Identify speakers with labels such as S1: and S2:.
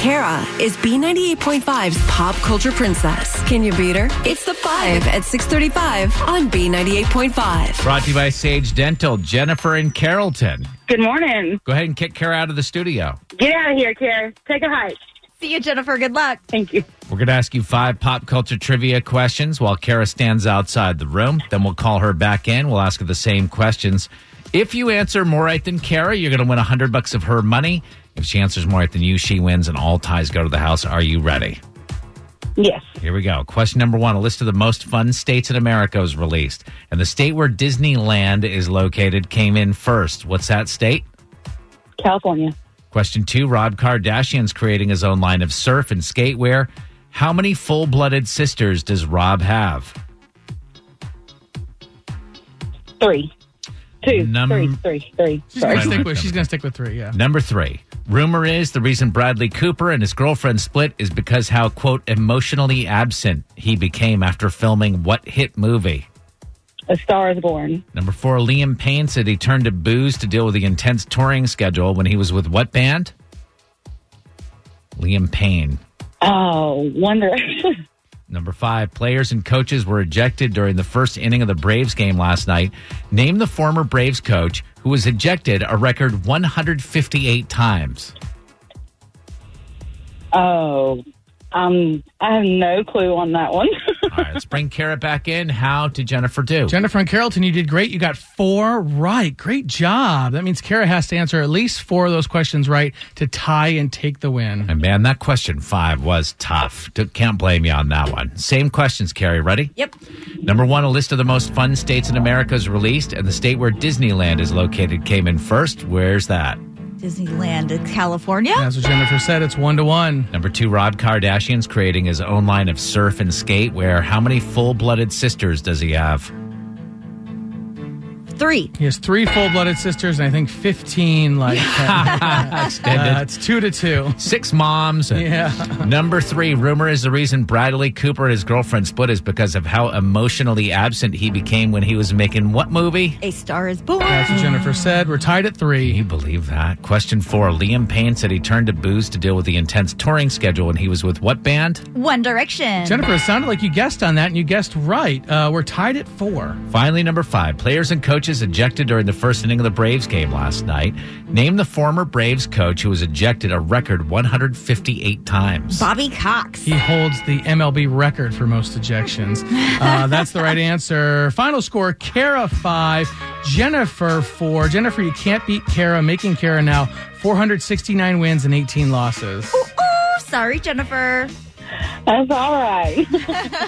S1: Kara is B98.5's pop culture princess. Can you beat her? It's the 5 at 635 on B98.5.
S2: Brought to you by Sage Dental, Jennifer and Carrollton.
S3: Good morning.
S2: Go ahead and kick Kara out of the studio.
S3: Get out of here, Kara. Take a hike.
S4: See you, Jennifer. Good luck.
S3: Thank you.
S2: We're going to ask you five pop culture trivia questions while Kara stands outside the room. Then we'll call her back in. We'll ask her the same questions. If you answer more right than Kara, you're going to win 100 bucks of her money. If she answers more right than you, she wins and all ties go to the house. Are you ready?
S3: Yes.
S2: Here we go. Question number one. A list of the most fun states in America was released. And the state where Disneyland is located came in first. What's that state?
S3: California.
S2: Question two Rob Kardashian's creating his own line of surf and skatewear. How many full blooded sisters does Rob have?
S3: Three. Two.
S2: Num-
S3: three. Three. Three.
S5: She's
S3: Sorry.
S5: gonna
S2: Right.
S5: stick with she's gonna stick with three. Yeah.
S2: Number three. Rumor is the reason Bradley Cooper and his girlfriend split is because how, quote, emotionally absent he became after filming what hit movie?
S3: A Star is Born.
S2: Number four, Liam Payne said he turned to booze to deal with the intense touring schedule when he was with what band? Liam Payne.
S3: Oh, One Direction.
S2: Number five, players and coaches were ejected during the first inning of the Braves game last night. Name the former Braves coach who was ejected a record 158 times.
S3: Oh, um, I have no clue on that one.
S2: All right, let's bring Kara back in. How did Jennifer do?
S5: Jennifer and Carrollton, you did great. You got four right. Great job. That means Kara has to answer at least four of those questions right to tie and take the win.
S2: and man, that question five was tough. D- Can't blame you on that one. Same questions, Carrie. Ready?
S4: Yep.
S2: Number one, a list of the most fun states in America is released, and the state where Disneyland is located came in first. Where's that?
S4: Disneyland, California.
S5: That's what Jennifer said. It's one to one.
S2: Number two, Rob Kardashian's creating his own line of surf and skate. Where how many full blooded sisters does he have?
S4: Three.
S5: He has three full blooded sisters and I think fifteen like uh, it's two to two.
S2: Six moms. and-
S5: Yeah.
S2: Number three, rumor is the reason Bradley Cooper and his girlfriend split is because of how emotionally absent he became when he was making what movie?
S4: A Star is Born.
S5: That's what Jennifer said. We're tied at
S2: Can
S5: three.
S2: you believe that? Question four, Liam Payne said he turned to booze to deal with the intense touring schedule when he was with what band?
S4: One Direction.
S5: Jennifer, it sounded like you guessed on that and you guessed right. Uh, we're tied at four.
S2: Finally, number five, players and coaches ejected during the first inning of the Braves game last night. Name the former Braves coach who was ejected a record 158 times.
S4: Bobby Cox.
S5: He holds the MLB record for most ejections. Uh, that's the right answer. Final score Kara 5, Jennifer 4. Jennifer, you can't beat Kara, making Kara now 469 wins and 18 losses.
S4: Oh, sorry, Jennifer.
S3: That's all right.